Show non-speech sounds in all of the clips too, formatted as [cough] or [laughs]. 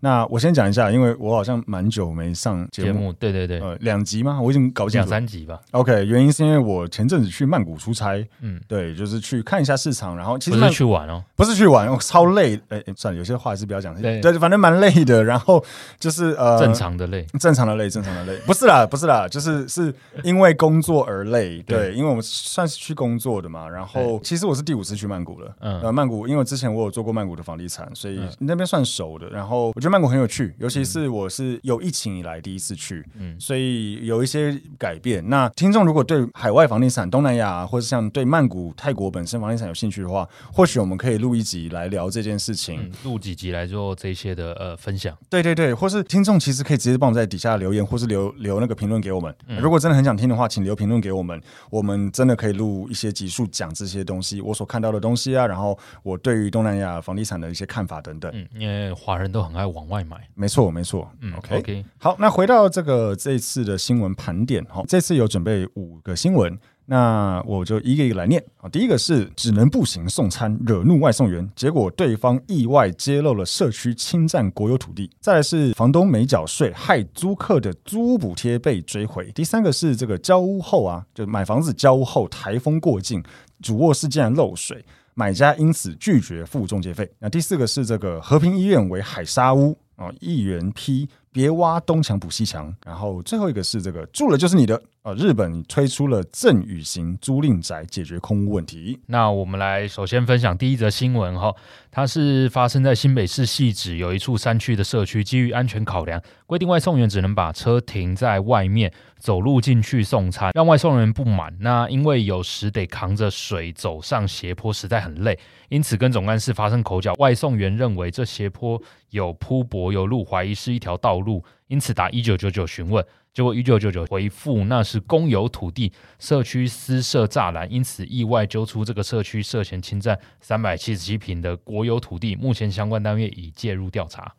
那我先讲一下，因为我好像蛮久没上节节目，目对对对，呃，两集吗？我已经搞不清两楚。三集吧， OK，原因是因为我前阵子去曼谷出差，嗯，对，就是去看一下市场，然后其不实是曼去玩哦，不是去玩，我超累。哎、哎算了，有些话还是不要讲。对对，反正蛮累的。然后就是呃，正常的累，正常的累，正常的累，不是啦，不是啦，就是是因为工作而累，对，对因为我们算是去工作的嘛。然后其实我是第五次去曼谷了，嗯呃，曼谷，因为之前我有做过曼谷的房地产，所以那边算熟的。然后我觉得曼谷很有趣，尤其是我是有疫情以来第一次去，嗯所以有一些改变。那听众如果对海外房地产、东南亚、啊或者像对曼谷、泰国本身房地产有兴趣的话，或许我们可以录一集来聊这件事情。嗯，录几集来做这些的呃分享，对对对，或是听众其实可以直接帮我们在底下留言，或是留留那个评论给我们。嗯如果真的很想听的话，请留评论给我们，我们真的可以录一些集数讲这些东西，我所看到的东西啊，然后我对于东南亚房地产的一些看法等等。嗯，因为华人都很爱往外买，没错，没错。嗯 OK ，OK，好，那回到这个这一次的新闻盘点哈，这次有准备五个新闻，那我就一个一个来念啊。第一个是只能步行送餐，惹怒外送员，结果对方意外揭露了社区侵占国有土地。再来是房东没缴税，害租客的租屋补贴被追回。第三个是这个交屋后啊，就买房子交屋后台风过境，主卧室竟然漏水。买家因此拒绝付中介费。那第四个是这个和平医院为海沙屋啊，议员批别挖东墙补西墙。然后最后一个是这个住了就是你的啊，日本推出了赠与型租赁宅解决空屋问题。那我们来首先分享第一则新闻哈，它是发生在新北市汐止有一处山区的社区，基于安全考量，规定外送员只能把车停在外面，走路进去送餐，让外送员不满。那因为有时得扛着水走上斜坡，实在很累，因此跟总干事发生口角。外送员认为这斜坡有铺柏油路，怀疑是一条道路，因此打一九九九询问。结果一九九九回复那是公有土地，社区私设栅栏，因此意外揪出这个社区涉嫌侵占三百七十七平的国有土地，目前相关单位已介入调查。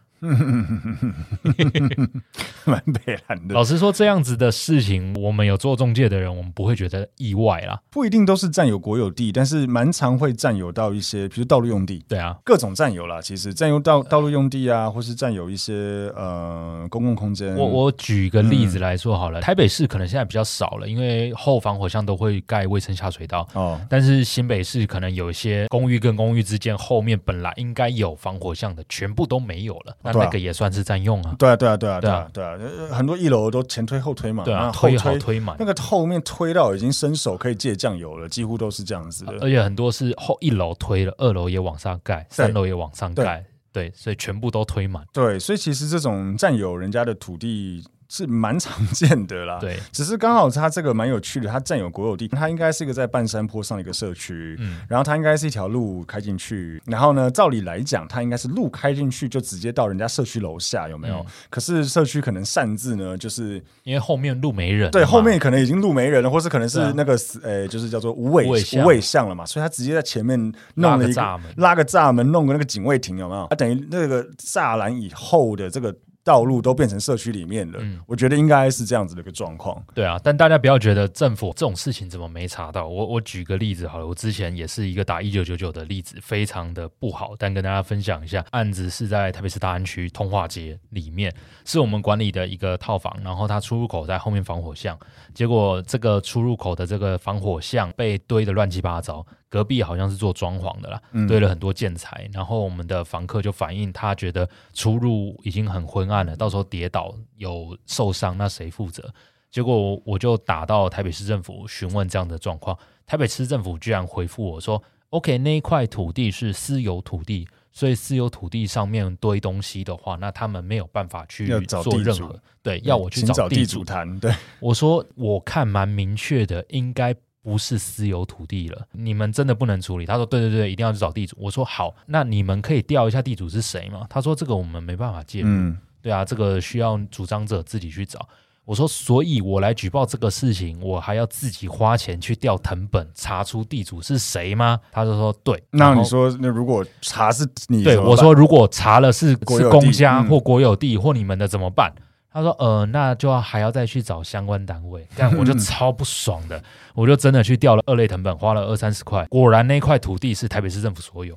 蛮北蓝的，老实说，这样子的事情，我们有做中介的人，我们不会觉得意外啦。不一定都是占有国有地，但是蛮常会占有到一些，比如道路用地。对啊，各种占有啦，其实占有呃道道路用地啊，或是占有一些呃公共空间。我我举一个例嗯子来说好了，台北市可能现在比较少了，因为后防火巷都会盖卫生下水道。哦，但是新北市可能有一些公寓跟公寓之间后面本来应该有防火巷的，全部都没有了，那对啊那个也算是占用啊。对啊，对啊，对啊，对对啊啊，对啊，呃很多一楼都前推后推嘛，对然啊，后推推好推满那，个后面推到已经伸手可以借酱油了，几乎都是这样子的。而且很多是后一楼推了，二楼也往上盖，三楼也往上盖，对，所以全部都推满。对，所以其实这种占有人家的土地是蛮常见的啦。。对，只是刚好它这个蛮有趣的，它占有国有地，它应该是一个在半山坡上的一个社区，嗯然后它应该是一条路开进去，然后呢，照理来讲，它应该是路开进去就直接到人家社区楼下，有没有？嗯可是社区可能擅自呢，就是因为后面路没人了嘛，对，后面可能已经路没人了，或是可能对是啊那个死呃、就是叫做无尾无尾巷无尾巷了嘛，所以他直接在前面弄了一个拉个栅门啊拉个栅门，弄个那个警卫亭，有没有？他、等于那个栅栏以后的这个。道路都变成社区里面了。嗯我觉得应该是这样子的一个状况。对啊，但大家不要觉得政府这种事情怎么没查到。我我举个例子好了，我之前也是一个打一九九九的例子，非常的不好，但跟大家分享一下，案子是在台北市大安区通化街里面，是我们管理的一个套房，然后它出入口在后面防火巷，结果这个出入口的这个防火巷被堆得乱七八糟，隔壁好像是做装潢的啦，嗯堆了很多建材，然后我们的房客就反映，他觉得出入已经很昏暗了，到时候跌倒有受伤，那谁负责？结果我我就打到台北市政府询问这样的状况，台北市政府居然回复我说：“OK，那一块土地是私有土地，所以私有土地上面堆东西的话，那他们没有办法去要找做地任主何对，要我嗯去请找地主主谈，对，我说我看蛮明确的，应该不是私有土地了，你们真的不能处理。他说对对对，一定要去找地主。我说好，那你们可以调一下地主是谁吗？他说这个我们没办法介入，嗯，对啊，这个需要主张者自己去找。我说，所以我来举报这个事情，我还要自己花钱去调藤本，查出地主是谁吗？他就说对。那然后你说，那如果查是你对怎么我办说，如果查了是国有是地公家嗯或国有地或你们的怎么办？他说呃，那就要还要再去找相关单位， [laughs] 但我就超不爽的，我就真的去调了二类藤本，花了二三十块，果然那块土地是台北市政 [laughs] 府所有。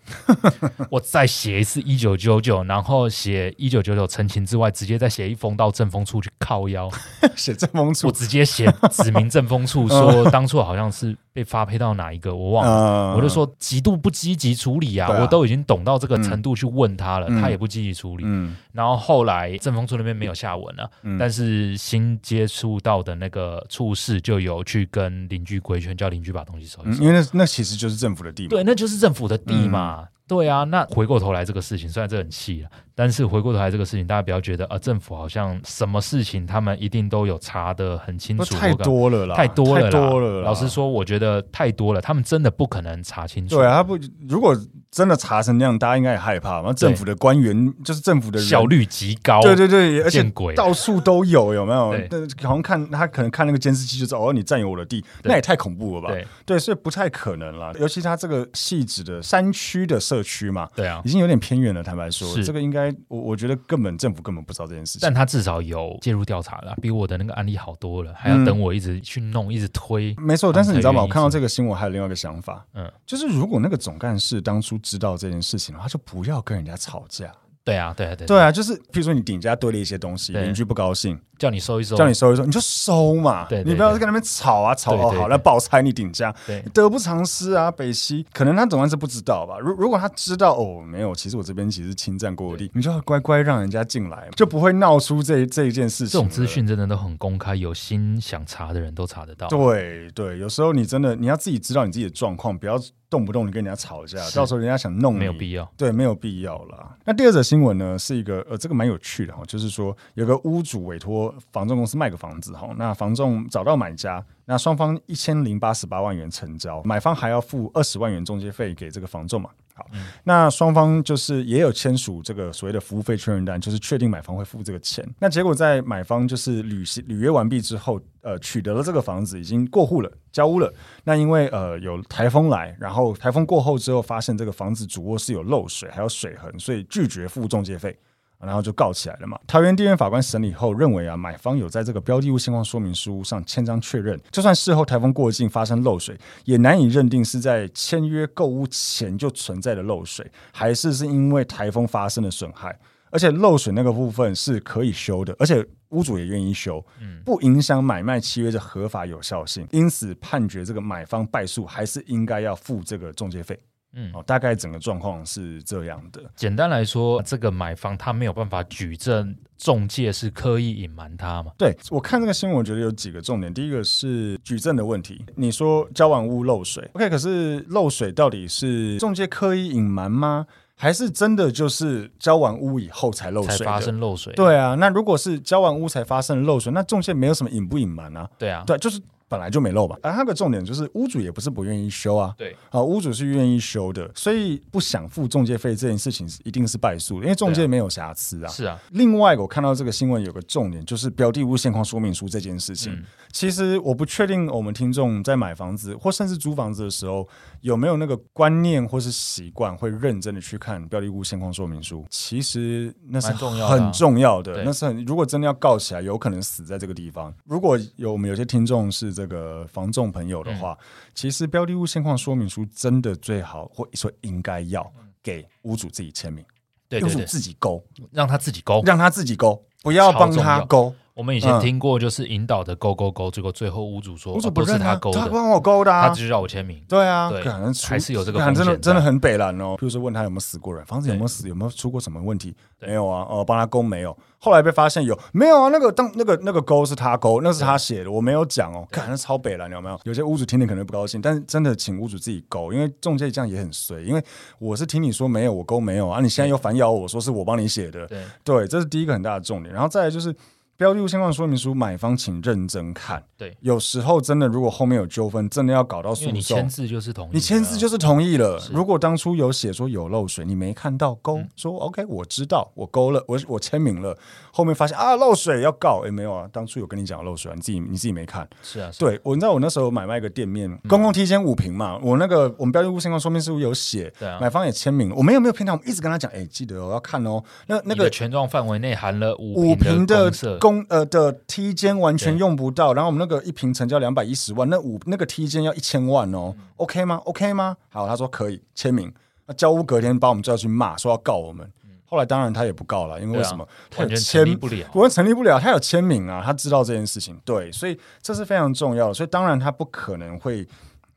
我再写一次一九九九，然后写一九九九澄清之外，直接再写一封到政风处去 [laughs] 靠腰，写政风我处，直接写指明政风处说当初好像是被发配到哪一个，我忘了。呃我就，说极度不积极处理啊，对啊我都已经懂到这个程度去问他了，嗯他也不积极处理。嗯然后后来正风处那边没有下文了、嗯但是新接触到的那个处室就有去跟邻居规劝，叫邻居把东西收一嗯，收。因为那那其实就是政府的地嘛，对，那就是政府的地嗯嘛。对啊，那回过头来这个事情，虽然这很气啊，但是回过头来这个事情，大家不要觉得啊，政府好像什么事情他们一定都有查得很清不楚，太或干嘛多了啦，啊太多了太啦，多了啊啦。老实说，我觉得太多了，他们真的不可能查清楚。对啊，他不如果真的查成那样，大家应该也害怕嘛。政府的官员就是政府的人效，率极高。对对对，而且见鬼啊到处都有，有没有对？但好像看他可能看那个监视器就知道，哦，你占有我的地，那也太恐怖了吧？对对，所以不太可能啦。尤其他这个细致的山区的社区嘛，对啊已，经有点偏远了。坦白说，是这个应该我我觉得根本政府根本不知道这件事情但。他至少有介入调查了，比我的那个案例好多了，还要嗯等我一直去弄，一直推。没错，但是你知道吗？他们才愿意我看到这个新闻，还有另外一个想法，嗯嗯，就是如果那个总干事当初知道这件事情，他就不要跟人家吵架。对啊，对啊，对啊，对啊，就是譬如说你顶家堆了一些东西，对邻居不高兴，叫你收一收，叫你收一收，你就收嘛，对对你不要在那边吵啊吵对哦，对好，对那爆拆你顶家，对得不偿失啊。北西可能他总算是不知道吧，如如果他知道哦，没有，其实我这边其实侵占过地，你就要乖乖让人家进来，就不会闹出这这一件事这情。种资。讯真的都很公开，有心想查的人都查得到。对对，有时候你真的你要自己知道你自己的状况，不要动不动你跟人家吵架，是到时候人家想弄你，没有必要。对，没有必要啦。那第二则新闻呢，是一个呃，这个蛮有趣的哈，就是说有个屋主委托房仲公司卖个房子哈，那房仲找到买家，那双方一千零八十八万元成交，买方还要付二十万元中介费给这个房仲嘛。好，那双方就是也有签署这个所谓的服务费确认单，就是确定买方会付这个钱。那结果在买方就是履行履约完毕之后，呃，取得了这个房子，已经过户了，交屋了。那因为呃有台风来，然后台风过后之后，发现这个房子主卧室有漏水，还有水痕，所以拒绝付中介费。然后就告起来了嘛。桃园地院法官审理后认为啊，买方有在这个标的物现况说明书上签章确认，就算事后台风过境发生漏水，也难以认定是在签约购屋前就存在的漏水，还是是因为台风发生的损害。而且漏水那个部分是可以修的，而且屋主也愿意修，嗯不影响买卖契约的合法有效性。因此，判决这个买方败诉，还是应该要付这个中介费。嗯哦，大概整个状况是这样的。简单来说，这个买方他没有办法举证中介是刻意隐瞒他嘛？对我看这个新闻，我觉得有几个重点。第一个是举证的问题，你说交往屋漏水，OK，可是漏水到底是中介刻意隐瞒吗？还是真的就是交完屋以后才漏才水的发生漏水。对啊，那如果是交完屋才发生漏水，那中介没有什么隐不隐瞒啊？对啊，对，就是本来就没漏吧？而它的重点就是屋主也不是不愿意修啊，对，啊，屋主是愿意修的，所以不想付中介费这件事情是一定是败诉的，因为中对介啊没有瑕疵啊。是啊，另外，我看到这个新闻有个重点，就是标的物现况说明书这件事情。嗯其实我不确定我们听众在买房子或甚至租房子的时候，有没有那个观念或是习惯，会认真的去看标的物现况说明书。其实那是蛮重要的啊很重要的，对那是很如果真的要告起来，有可能死在这个地方。如果有我们有些听众是这个房仲朋友的嗯话，其实标的物现况说明书真的最好，或说应该要给屋主自己签名，嗯对屋对主对，自己勾。让他自己勾。让他自己勾，不要帮他勾。我们以前嗯听过，就是引导的勾勾勾，结果最后屋主说屋主哦不都是认啊他勾他的，帮我勾的他啊只。是让我签名。对啊，对可能出还是有这个干真的风险在真的很北蓝哦。比如说问他有没有死过人，房子有没有死，有没有出过什么问题？对没有啊，哦，帮他勾没有。后来被发现有没有啊？那个当那个那个勾是他勾，那是他写的，我没有讲哦。干，那超北蓝有没有？有些屋主听听可能不高兴，但是真的请屋主自己勾，因为中介这样也很衰。因为我是听你说没有，我勾没有啊，你现在又反咬我说是我帮你写的，对对，这是第一个很大的重点。然后再来就是标的物现况说明书，买方请认真看。对，有时候真的如果后面有纠纷，真的要搞到因为诉你讼签。字就是同意的啊，你签字就是同意了。是嗯如果当初有写说有漏水，你没看到勾，说 OK，我知道，我勾了，我我签名了。后面发现啊漏水要告，诶，没有啊，当初有跟你讲有漏水啊，你自己你自己没看。是啊，是啊嗯对，我你知道我那时候买卖一个店面，公共梯间五平嘛，我那个我们标的物现况说明书有写，对啊买方也签名了，我们有没有骗他？我们一直跟他讲，诶，记得哦，要看哦。那那你个的权状范围内含了五五平的的公设，公呃的梯间完全对用不到，然后我们那个一平成交两百一十万，那五那个梯间要一千万哦、o 嗯 k 吗？OK 吗？好，他说可以签名。那交屋隔天把我们叫去骂，说要告我们。后来当然他也不告了，因为为嗯对啊什么？他有完全签成立不了。我们成立不了，他有签名啊，他知道这件事情，对，所以这是非常重要的，所以当然他不可能会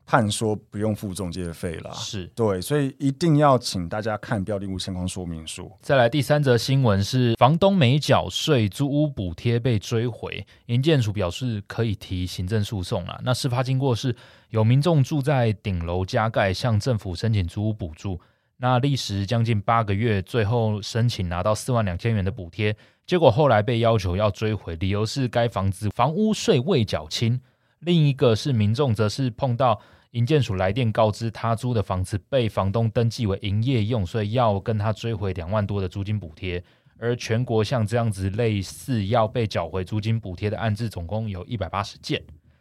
判说不用付中介费啦，啊是，对，所以一定要请大家看标的物现况说明书，再来第三则新闻是房东没缴税，租屋补贴被追回，营建署表示可以提行政诉讼了。那事发经过是有民众住在顶楼加盖，向政府申请租屋补助，那历时将近八个月，最后申请拿到四万两千元的补贴，结果后来被要求要追回，理由是该房子房屋税未缴清。另一个是民众则是碰到营建署来电告知他租的房子被房东登记为营业用，所以要跟他追回两万多的租金补贴。而全国像这样子类似要被缴回租金补贴的案子，总共有一百八十件。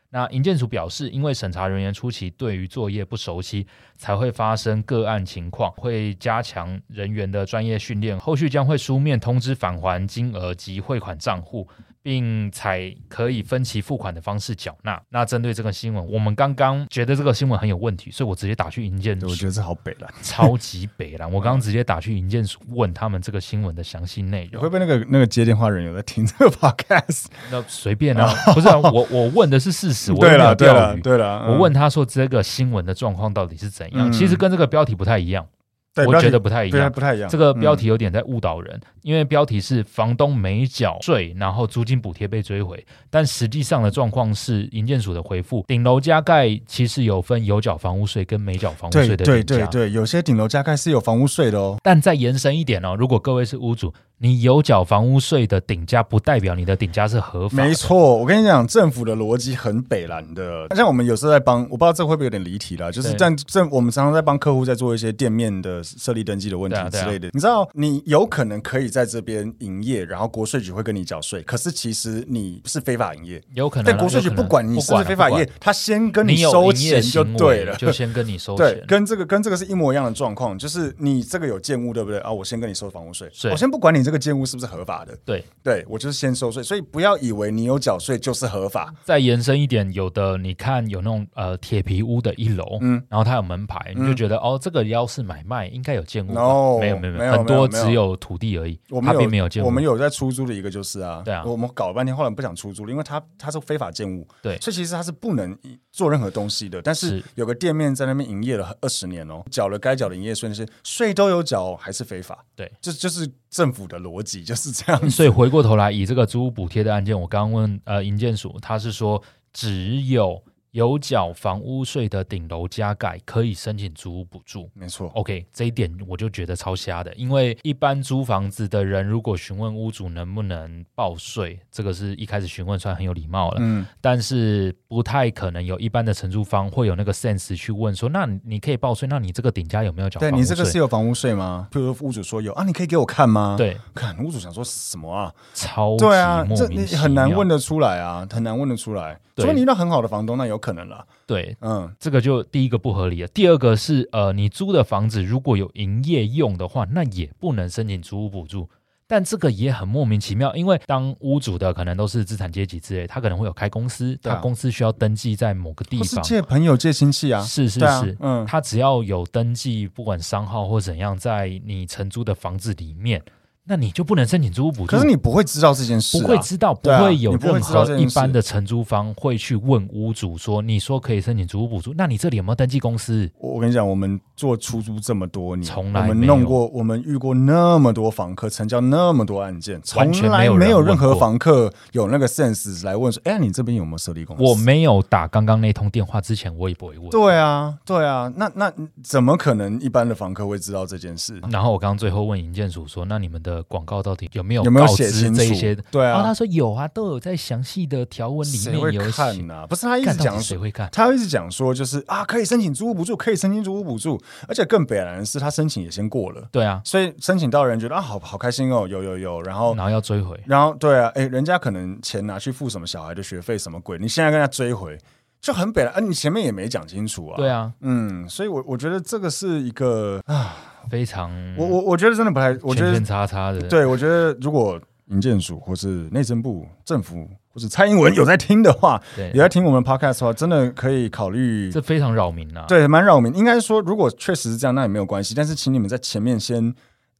那营建署表示，因为审查人员初期对于作业不熟悉，才会发生个案情况，会加强人员的专业训练。后续将会书面通知返还金额及汇款账户，并采可以分期付款的方式缴纳。那针对这个新闻，我们刚刚觉得这个新闻很有问题，所以我直接打去营建对，我觉署，得这好北了。超级北啦！我刚刚直接打去营建署问他们这个新闻的详细内会容。不会那个那个接电话人有在听这个 [laughs] podcast？那随便啊，不是啊，我我问的是事 [laughs] 实，我又对没有了，对钓了，鱼。对了，嗯我问他说这个新闻的状况到底是怎样？嗯其实跟这个标题不太一样，对我标觉题得不太一样。不太一样。嗯这个标题有点在误导人，因为标题是房东没缴税，然后租金补贴被追回，但实际上的状况是营建署的回复，顶楼加盖其实有分有缴房屋税跟没缴嗯房屋对税的对顶对价对，有些顶楼加盖是有房屋税的哦。但再延伸一点哦，如果各位是屋主，你有缴房屋税的顶价，不代表你的顶价是合法的。没 [laughs] 错，我跟你讲，政府的逻辑很北蓝的。像我们有时候在帮，我不知道这会不会有点离题了，就是对但政我们常常在帮客户在做一些店面的设立登记的问题对啊对之啊类的。你知道，你有可能可以在这边营业，然后国税局会跟你缴税，可是其实你是非法营业。有可能啊，哎但国税局有可能不管你是不是非法营不业管，啊他先跟你有收营钱业就行为对了，就先跟你收对钱，。跟这个跟这个是一模一样的状况，就是你这个有建物，对不对啊？我先跟你收房屋税，是我先不管你这个建物是不是合法的，对，对我就是先收税，所以不要以为你有缴税就是合法，再延伸一点，有的你看有那种呃铁皮屋的一楼，嗯然后它有门牌，你就觉觉得哦，这个要是买卖应该有建物吧 No，没有没有没有很多没有只有土地而已我，们它有并没有建物。我们有在出租的一个就是啊，对啊我们搞了半天，后来不想出租了，因为它它是非法建物，对所以其实它是不能做任何东西的。但是是有个店面在那边营业了二十年哦，缴了该缴的营业税，那些税都有缴哦，还是非法。对，这就是政府的逻辑就是这样子。所以回过头来，以这个租屋补贴的案件，我刚刚问呃营建署，他是说只有有缴房屋税的顶楼加盖可以申请租屋补助。没错， OK，这一点我就觉得超瞎的，因为一般租房子的人如果询问屋主能不能报税，这个是一开始询问算很有礼貌了，嗯，但是不太可能有一般的承租方会有那个 sense 去问说，那你你可以报税，那你这个顶家有没有缴对房屋你税？这个是有房屋税吗？比如说屋主说有啊，你可以给我看吗？，对，看屋主想说什么啊？超级对啊，莫这名你其很难妙问得出来啊，很难问得出来。对除非你遇到很好的房东，那有可能了。对，嗯，这个就第一个不合理了。第二个是呃，你租的房子如果有营业用的话，那也不能申请租屋补助。但这个也很莫名其妙，因为当屋主的可能都是资产阶级之类，他可能会有开公司，对啊他公司需要登记在某个地不是方。借朋友借亲戚啊，是是对啊是，嗯他只要有登记，不管商号或怎样，在你承租的房子里面，那你就不能申请租屋补助。可是你不会知道这件事、啊，不会知道，不对啊会有你不会任知道这何件一事般的承租方会去问屋主说：“你说可以申请租屋补助，那你这里有没有登记公司我我跟你讲，我们做出租这么多年，从来我没们有弄过，我们遇过那么多房客，成交那么多案件，完从全没来有人没有任问何过房客有那个 sense 来问说，哎、你这边有没有设立？”公司？我没有打刚刚那通电话之前，我也不会问。对啊，对啊，那那怎么可能一般的房客会知道这件事？然后我刚刚最后问营建署说：“那你们的广告到底有没有有没有告写知清楚这一些？”？对然后他啊，说：“有啊，都有在详细的条文里谁面会有写。看啊？不是他一直干”到讲底谁会看？他一直讲说，就是啊，可以申请租屋补助，可以申请租屋补助，而且更北然的是，他申请也先过了，对啊，所以申请到的人觉得啊，好好开心哦，有有有，然后然后要追回。然后对啊，哎，人家可能钱拿去付什么小孩的学费什么鬼，你现在跟他追回，就很北了。啊，你前面也没讲清楚啊。对，啊，嗯，所以我我觉得这个是一个，啊非常我我我觉得真的不太，我觉圈得圈叉叉的。对，我觉得如果营建署或是内政部政府或是蔡英文有在听的话，有对，在听我们 podcast 的话，真的可以考虑这非常扰民啊。对，蛮扰民。应该说，如果确实是这样，那也没有关系。但是，请你们在前面先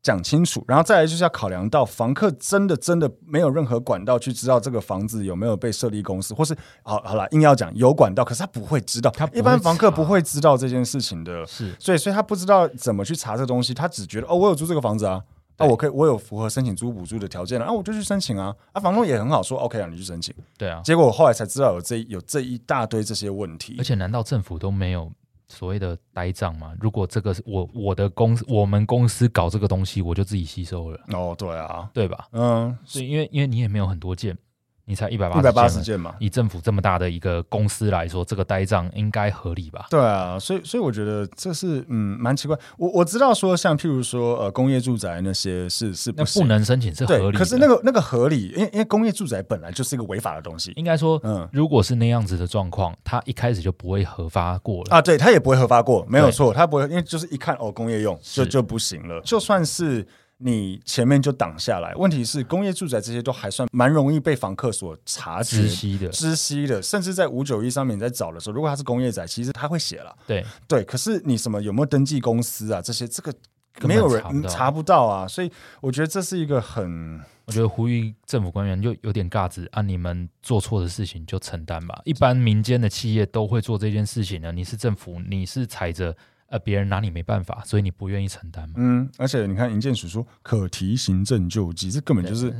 讲清楚，然后再来就是要考量到房客真的真的没有任何管道去知道这个房子有没有被设立公司，或是好好了，硬要讲有管道，可是他不会知道，他不会一般房客不查会知道这件事情的，是所以所以他不知道怎么去查这东西，他只觉得哦，我有租这个房子啊。啊，对我可以，我有符合申请租屋补助的条件了，啊，我就去申请啊。啊，房东也很好说，OK 啊，你去申请。对啊，结果我后来才知道有这有这一大堆这些问题而。且难道政府都没有所谓的呆账吗？如果这个是我我的公司，我们公司搞这个东西，我就自己吸收了，哦，对啊，对吧？嗯，所以因为因为你也没有很多件，你才一百八一百八十件而已，件嘛。以政府这么大的一个公司来说，这个呆账应该合理吧？对啊，所以所以我觉得这是嗯蛮奇怪。我我知道说像譬如说呃工业住宅那些是是那不行不能申请是合对，理的，可是那个那个合理，因为因为工业住宅本来就是一个违法的东西应该说，嗯如果是那样子的状况，他一开始就不会核发过了。啊，对，它也不会核发过，没有对错，它不会，因为就是一看哦工业用就是就不行了，就算是。你前面就挡下来，问题是工业住宅这些都还算蛮容易被房客所察觉、知悉的，知悉的，甚至在五九一上面你在找的时候，如果它是工业宅，其实它会写了，对，对，可是你什么有没有登记公司啊？这些这个根本没有人查不嗯到查不到啊，所以我觉得这是一个很我觉得呼吁政府官员就有点尬子啊，你们做错的事情就承担吧。一般民间的企业都会做这件事情呢，你是政府，你是踩着呃别人拿你没办法，所以你不愿意承担嘛。嗯，而且你看银建署说可提行政救济，这根本就是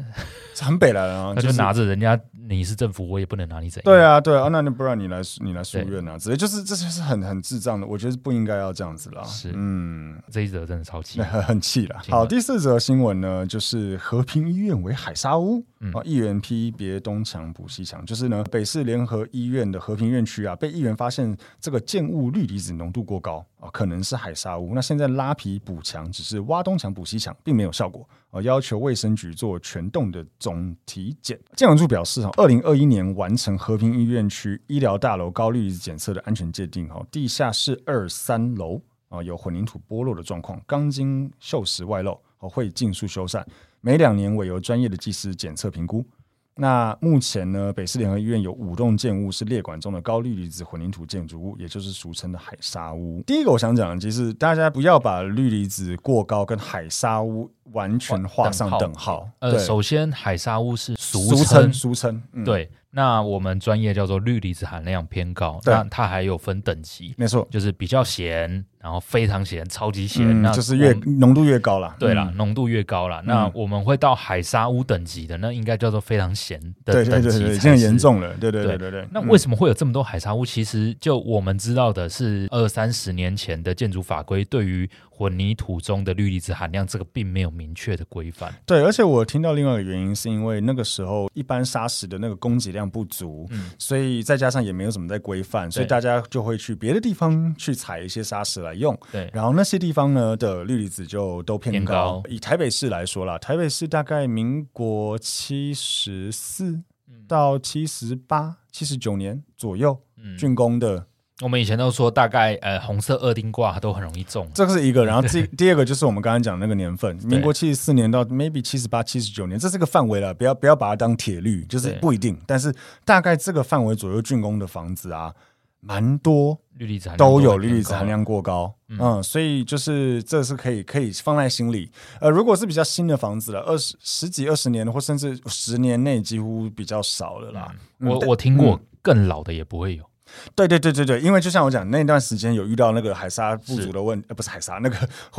这 [laughs] 很北来啊，那就是拿着人家你是政府，我也不能拿你怎样。对，啊，对啊，那你不然你来你来诉对愿啊，直接就是这就是很很智障的，我觉得不应该要这样子啦。是嗯，这一则真的超气 [laughs] 那。很很气啦。新闻好，第四则新闻呢，就是和平医院为海沙屋，哦，议员批别东墙补西墙，就是呢，北市联合医院的和平院区啊，被议员发现这个建物氯离子浓度过高啊、哦可能是海沙屋。那现在拉皮补墙只是挖东墙补西墙，并没有效果。呃，要求卫生局做全栋的总体检。建管处表示，哈，哦二零二一年完成和平医院区医疗大楼高氯离子检测的安全界定，哈，地下室二三楼啊、有混凝土剥落的状况，钢筋锈蚀外露，哦，会尽速修缮，每两年委由专业的技师检测评估。那目前呢，北市联合医院有五栋建物是列管中的高氯离子混凝土建筑物，也就是俗称的海沙屋。第一个我想讲的，其实大家不要把氯离子过高跟海沙屋完全画上等号。呃，对首先海沙屋是俗俗称，俗称，嗯，对，那我们专业叫做氯离子含量偏高，对那它还有分等级，没错，就是比较咸，然后非常咸、超级咸，嗯那，就是我越们浓度越高啦。对啦，嗯浓度越高啦，那嗯我们会到海沙屋等级的，那应该叫做非常咸的对对等级对对，已才是经很严。重了。对对对对嗯对。那为什什么会有这么多海沙屋？其实就我们知道的是，二三十年前的建筑法规对于混凝土中的氯离子含量这个并没有明确的规范。对，而且我听到另外一个原因，是因为那个时候一般砂石的那个供给量不足，嗯所以再加上也没有什么在规范，所以对大家就会去别的地方去采一些砂石来用。对，然后那些地方呢的氯离子就都偏偏高以台北市来说啦，台北市大概民国七十四到七十八、七十九年左右，嗯竣工的我们以前都说大概呃红色二丁挂都很容易中，啊这个是一个。然后第第二个就是我们刚刚讲的那个年份，民国七十四年到 maybe 七十八、七十九年，这是个范围了，不要不要把它当铁律，就是对不一定，但是大概这个范围左右竣工的房子啊，蛮多氯离子含量都有会偏氯离子含高啊量过高，嗯所以就是这是可以可以放在心里。呃，如果是比较新的房子了，二十十几二十年，或甚至十年内几乎比较少了啦。嗯我但我听过更老的也不会有，对对对对对，因为就像我讲，那段时间有遇到那个海沙不足的问，呃、不是海沙，那个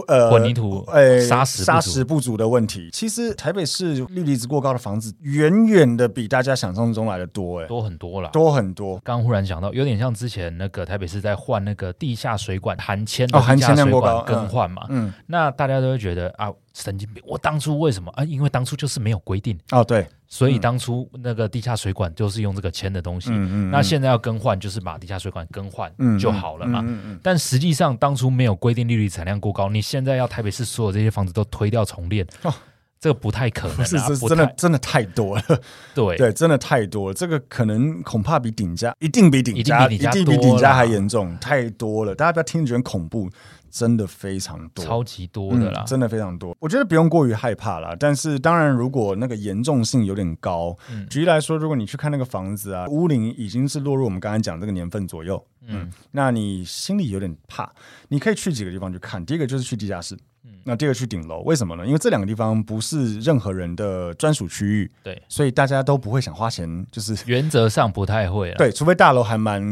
呃混凝土呃砂石不足砂石不足的问题。其实台北市氯离子过高的房子，远远的比大家想象中来的多、哎，多很多啦。多很多。刚忽然想到，有点像之前那个台北市在换那个地下水管含铅哦的含地铅下量水过高管更换嘛，嗯，那大家都会觉得啊，神经病！我当初为什么啊？因为当初就是没有规定，哦对，所以当初那个地下水管就是用这个铅的东西。嗯嗯，那现在要更换，就是把地下水管更换嗯就好了嘛。嗯嗯嗯但实际上，当初没有规定利率产量过高，你现在要台北市所有这些房子都推掉重练，哦这个不太可能、[laughs] 啊，是是不真的太真的太多了。 [laughs] 对对，真的太多了，这个可能恐怕比顶加一定比顶加一定比顶加一定比多顶加啦还严重，太多了。大家不要听着觉得恐怖，真的非常多，超级多的啦。嗯真的非常多。我觉得不用过于害怕啦，但是当然，如果那个严重性有点高，嗯举例来说，如果你去看那个房子啊，屋龄已经是落入我们刚才讲这个年份左右，嗯嗯，那你心里有点怕，你可以去几个地方去看。第一个就是去地下室。嗯那第二个去顶楼，为什么呢？因为这两个地方不是任何人的专属区域，对，所以大家都不会想花钱，就是 [laughs] 原则上不太会啊了。对，除非大楼还蛮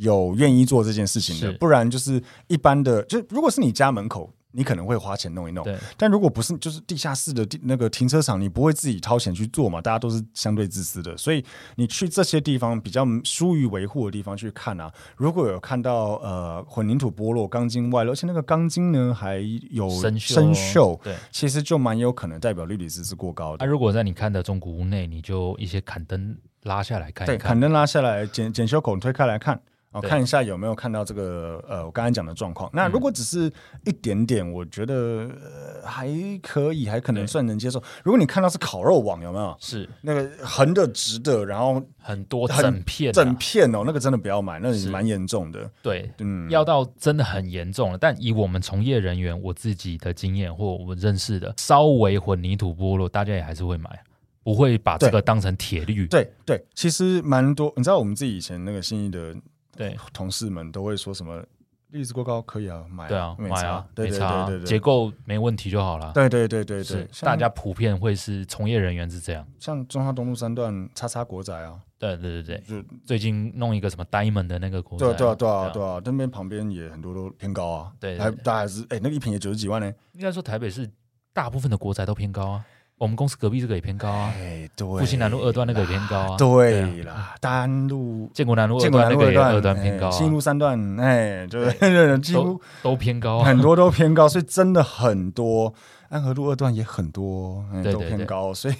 有愿意做这件事情的，是不然就是一般的，就如果是你家门口，你可能会花钱弄一弄。对但如果不是，就是地下室的地那个停车场，你不会自己掏钱去做嘛？大家都是相对自私的，所以你去这些地方比较疏于维护的地方去看啊。如果有看到呃混凝土剥落、钢筋外露，而且那个钢筋呢还有生锈生锈对。其实就蛮有可能代表氯离子是过高那、的。啊如果在你看的中古屋内，你就一些砍灯拉下来看对，一砍哎看。灯拉下来，检检修口推开来看。哦，对嗯看一下有没有看到这个呃，我刚才讲的状况。那如果只是一点点，我觉得、呃还可以，还可能对算能接受。如果你看到是烤肉网，有没有是那个横的、直的，然后很多很整片、啊，整片哦，那个真的不要买，那也是蛮严重的。对，嗯，要到真的很严重了。但以我们从业人员我自己的经验或我认识的，稍微混凝土剥落，大家也还是会买，不会把这个当成铁律。对对，其实蛮多。你知道我们自己以前那个新义的对同事们都会说什么，利子过高可以啊，买对啊，没买差啊，对没对差啊，对对结对，构没问题就好了。对对对对是对，像大家普遍会是从业人员是这样。像中华东路三段叉叉国宅啊，对对对就对，最近弄一个什么 Diamond 的那个国对啊，宅对啊，对啊，对啊，那边旁边也很多都偏高啊，对对还对大家还是哎，那个一平也九十几万呢，应该说台北市大部分的国宅都偏高啊，我们公司隔壁这个也偏高啊，哎，对，复兴南路二段那个也偏高啊，啊对啦，丹路、建国南路二建国段南那路个也二段段、偏高哎啊，新路三段，哎， [laughs] 就是几乎都都偏高啊，很多都偏高，所以真的很多。安和路二段也很多，哎对都对偏对高，所以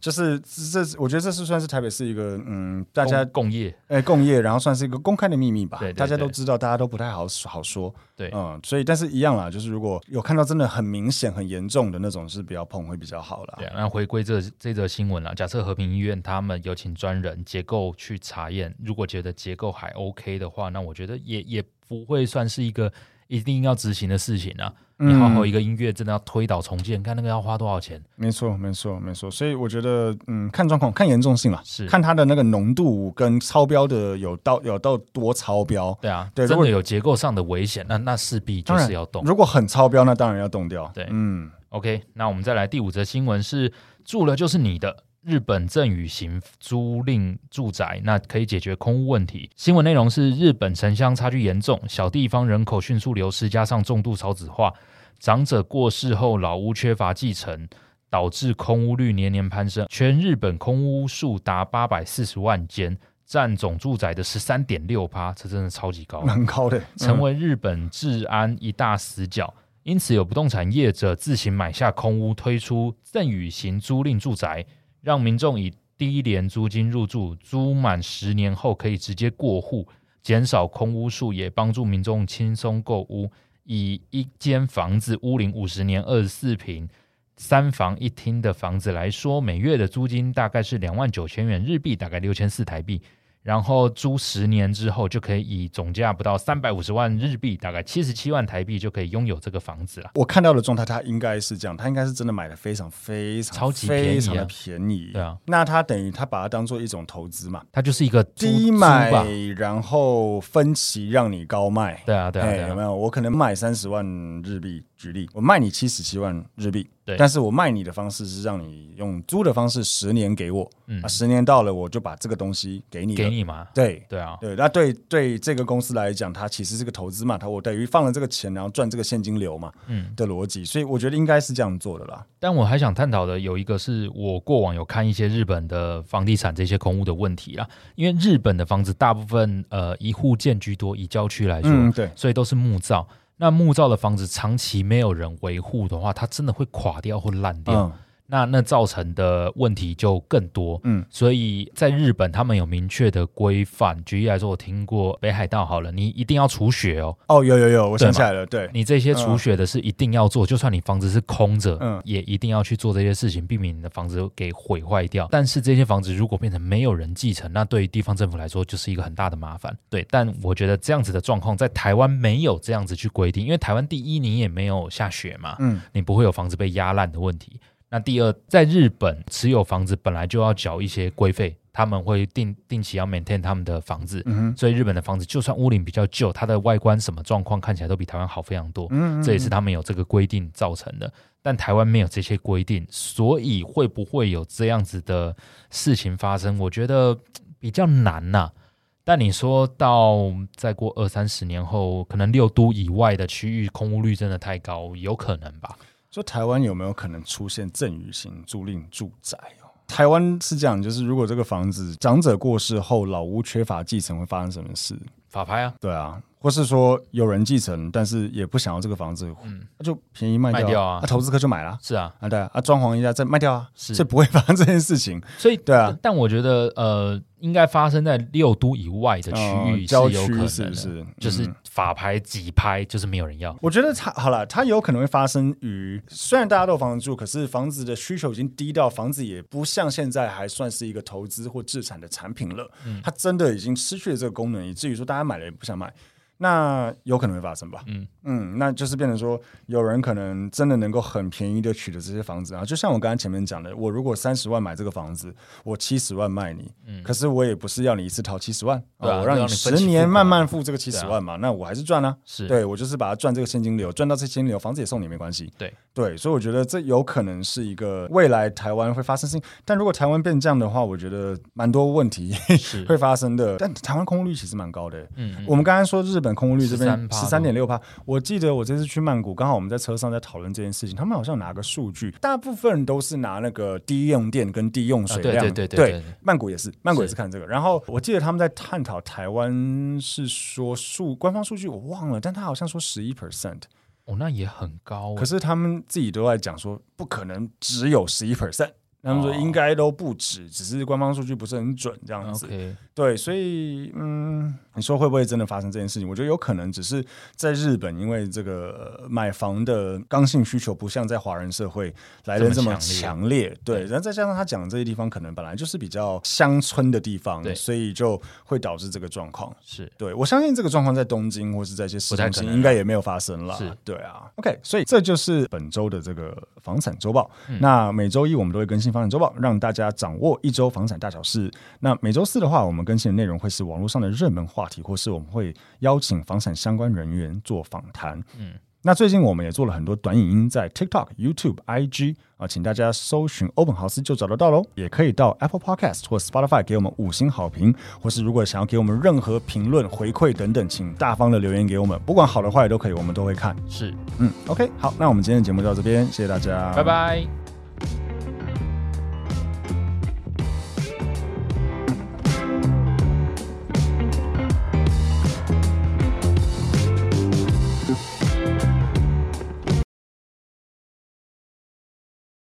就是这，这我觉得这是算是台北市一个嗯，大家共共业哎，共业，然后算是一个公开的秘密吧，对对大家都对知道，大家都不太好好说。对嗯，所以但是一样啦，就是如果有看到真的很明显、很严重的那种，是不要碰会比较好啦。对啊，那回归这这则新闻了。假设和平医院他们有请专人结构去查验，如果觉得结构还 OK 的话，那我觉得也也不会算是一个一定要执行的事情啊。嗯你好好一个音乐真的要推倒重建，看那个要花多少钱？没错，没错，没错。所以我觉得，嗯，看状况、看严重性啦，是看它的那个浓度跟超标的有到有到多超标。对啊，对如真果的有结构上的危险，那那势必就当然是要动。如果很超标，那当然要动掉。对嗯， OK，那我们再来第五则新闻是住了就是你的。日本赠与型租赁住宅，那可以解决空屋问题。新闻内容是日本城乡差距严重，小地方人口迅速流失，加上重度少子化，长者过世后老屋缺乏继承，导致空屋率年年攀升。全日本空屋数达八百四十万间，占总住宅的十三点六趴，这真的超级高。蛮高的， [laughs] 成嗯为日本治安一大死角。因此，有不动产业者自行买下空屋，推出赠与型租赁住宅，让民众以低廉租金入住，租满十年后可以直接过户，减少空屋数，也帮助民众轻松购屋。以一间房子屋龄五十年、二十四平、三房一厅的房子来说，每月的租金大概是两万九千元日币，大概六千四台币。然后租十年之后，就可以以总价不到三百五十万日币，大概七十七万台币，就可以拥有这个房子了。我看到的状态，他应该是这样，他应该是真的买的非常非常超级便宜啊非常的便宜。对啊，那他等于他把它当做一种投资嘛，它就是一个租低租买吧，然后分期让你高卖。对啊，对啊，哎对有啊没，有？我可能卖三十万日币，举例，我卖你七十七万日币，对但是我卖你的方式是让你用租的方式，十年给我，嗯啊，，十年到了我就把这个东西给你了，给你嘛，对。对啊，对，那对对这个公司来讲，它其实是个投资嘛，它我等于放了这个钱，然后赚这个现金流嘛嗯。的逻辑，所以我觉得应该是这样做的啦。但我还想探讨的有一个是我过往有看一些日本的房地产这些空屋的问题啦，因为日本的房子大部分呃一户建居多，以郊区来说，嗯，对，所以都是木造。那木造的房子长期没有人维护的话，它真的会垮掉或烂掉。嗯，那那造成的问题就更多。嗯，所以在日本他们有明确的规范。举例来说，我听过北海道好了，你一定要除雪哦，哦，有有有，我对想嘛起来了，对，你这些除雪的是一定要做，就算你房子是空着，嗯也一定要去做这些事情，避免你的房子给毁坏掉。但是这些房子如果变成没有人继承，那对于地方政府来说就是一个很大的麻烦。对，但我觉得这样子的状况在台湾没有这样子去规定，因为台湾第一你也没有下雪嘛，嗯，你不会有房子被压烂的问题。那第二，在日本持有房子本来就要缴一些规费，他们会定定期要 maintain 他们的房子，嗯哼所以日本的房子就算屋龄比较旧，它的外观什么状况看起来都比台湾好非常多。嗯，嗯这也是他们有这个规定造成的。但台湾没有这些规定，所以会不会有这样子的事情发生？我觉得嘖比较难呐、但你说到再过二三十年后，可能六都以外的区域空屋率真的太高，有可能吧？说台湾有没有可能出现赠与型租赁住宅哦？台湾是这样，就是如果这个房子长者过世后，老屋缺乏继承，会发生什么事？法拍啊，对啊，或是说有人继承，但是也不想要这个房子，嗯那就便宜卖掉，卖掉啊那投资客就买了是啊，啊，对啊，啊装潢一下再卖掉啊，是这不会发生这件事情。所以对啊，但我觉得呃，应该发生在六都以外的区哦域是郊有可能区的，是不是？就是嗯法拍几拍，就是没有人要。我觉得它好了，它有可能会发生于虽然大家都有房子住，可是房子的需求已经低到房子也不像现在还算是一个投资或置产的产品了，它真的已经失去了这个功能，以至于说大家买了也不想买。那有可能会发生吧，嗯嗯，那就是变成说，有人可能真的能够很便宜的取得这些房子啊，就像我刚才前面讲的，我如果三十万买这个房子，我七十万卖你，可是我也不是要你一次掏七十万，嗯对啊我就让让你你分十期付年款慢慢付这个七对十啊万嘛，那我还是赚啊，是，对我就是把它赚这个现金流，赚到这现金流，房子也送你没关系。对对，所以我觉得这有可能是一个未来台湾会发生的事情。但如果台湾变这样的话，我觉得蛮多问题是， [laughs] 会发生的。但台湾空屋率其实蛮高的、欸嗯嗯我们刚刚说日本空屋率这边十三13%点六趴，我记得我这次去曼谷，刚好我们在车上在讨论这件事情，他们好像拿个数据，大部分都是拿那个低用电跟低用水啊对量，对对对对对曼谷也是，曼谷也是是看这个。然后我记得他们在探讨台湾是说数官方数据我忘了，但他好像说十一 percent，哦，那也很高、可是他们自己都在讲说不可能只有十一 percent。他们说哦应该都不止，只是官方数据不是很准这样子。欸 OK，对，所以嗯，你说会不会真的发生这件事情？我觉得有可能，只是在日本，因为这个、呃买房的刚性需求不像在华人社会来的这这么么强强烈，对，然后再加上他讲的这些地方可能本来就是比较乡村的地方对，所以就会导致这个状况。是对，我相信这个状况在东京或是在一些市中不太可心能啊应该也没有发生了。是对啊。OK，所以这就是本周的这个房产周报。嗯那每周一我们都会更新房产周报，让大家掌握一周房产大小事。那每周四的话，我们更新的内容会是网络上的热门话题，或是我们会邀请房产相关人员做访谈。嗯。那最近我们也做了很多短影音，在 TikTok、YouTube、IG 啊，请大家搜寻欧本豪斯就找得到喽。也可以到 Apple Podcast 或 Spotify 给我们五星好评，或是如果想要给我们任何评论、回馈等等，请大方的留言给我们，不管好的坏的都可以，我们都会看。是，嗯，OK，好，那我们今天的节目就到这边，谢谢大家，拜。拜。